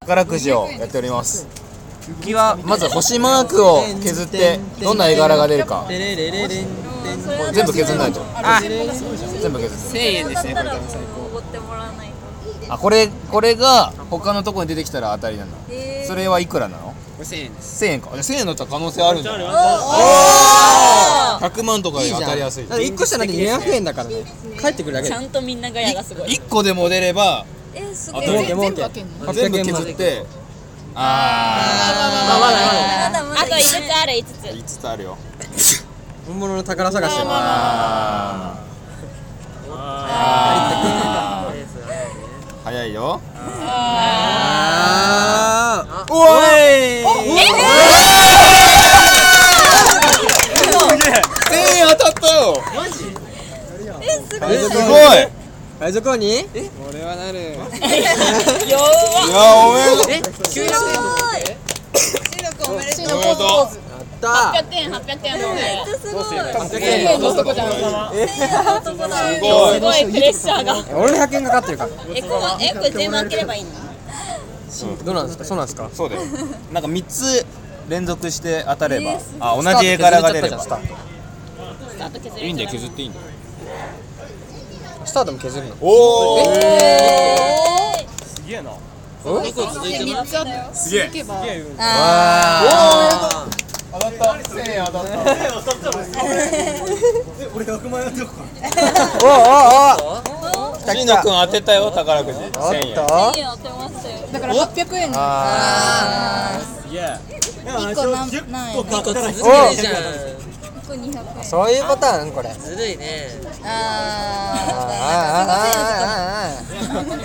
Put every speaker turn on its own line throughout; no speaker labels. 宝くじをやっております
次は
まず星マークを削ってどんな絵柄が出るか
レレレレン
もう全部削んないと
あ
全部削って
1000円ですねこれ多分
最高奢ってもらわないと
あこれこれが他のとこに出てきたら当たりなの
えー
それはいくらなの
1000円です
1000円か1000円だったら可能性あるんじゃない
お
100万とかで当たりやすい
だって1個したら200円だからね帰ってくるだ
ー
け
ち
で
ゃんとみんなガヤがすごい
1個でも出れば
えーす
あ
ごい
と儲け
儲け
全部開けんの
全部
800円
削
まで
ってあ
まあまだまだ
まだまだ
あと5つある5
ー
つ
5つあるよ
本物の宝探しだな
ああ早いよ
あーおい
全員当たったよ
海
す
賊
ごい
王に海賊王にえ
俺はなる
よ
いやおめでとう
すごい
シーのポーズポーズ
やった
800円800円もね
めっちゃすごい
1 0円の男じゃん
すご
す
い
ごいプレッシャーが
ー俺の100円かかってるから
えこれえこれ全部開ければいいの
どうなんですかそうなんですか
そうだよなんか3つ連続して当たれば
えーす
あ同じ絵柄が出れば
スタート削れちゃったじゃん
あと削れ
いいんだよ
削
削っていいんだよ
スタートスタートも削るの
おお
え
3つあっていけば
あ当たった1000円当たった
おおおお
しのくん当てたよ宝くじ
おっ
1000円
と
当てましたよ
だから800円が
あ
1個なんない
おそういうパターンこれずるいね あーあーあーあーあーあー
めっち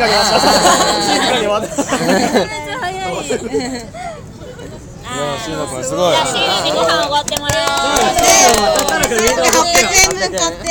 ゃ早い
しのくんすごい
じゃあシールにご飯おごってもらお
あー
う
あーあーあー
800円分買って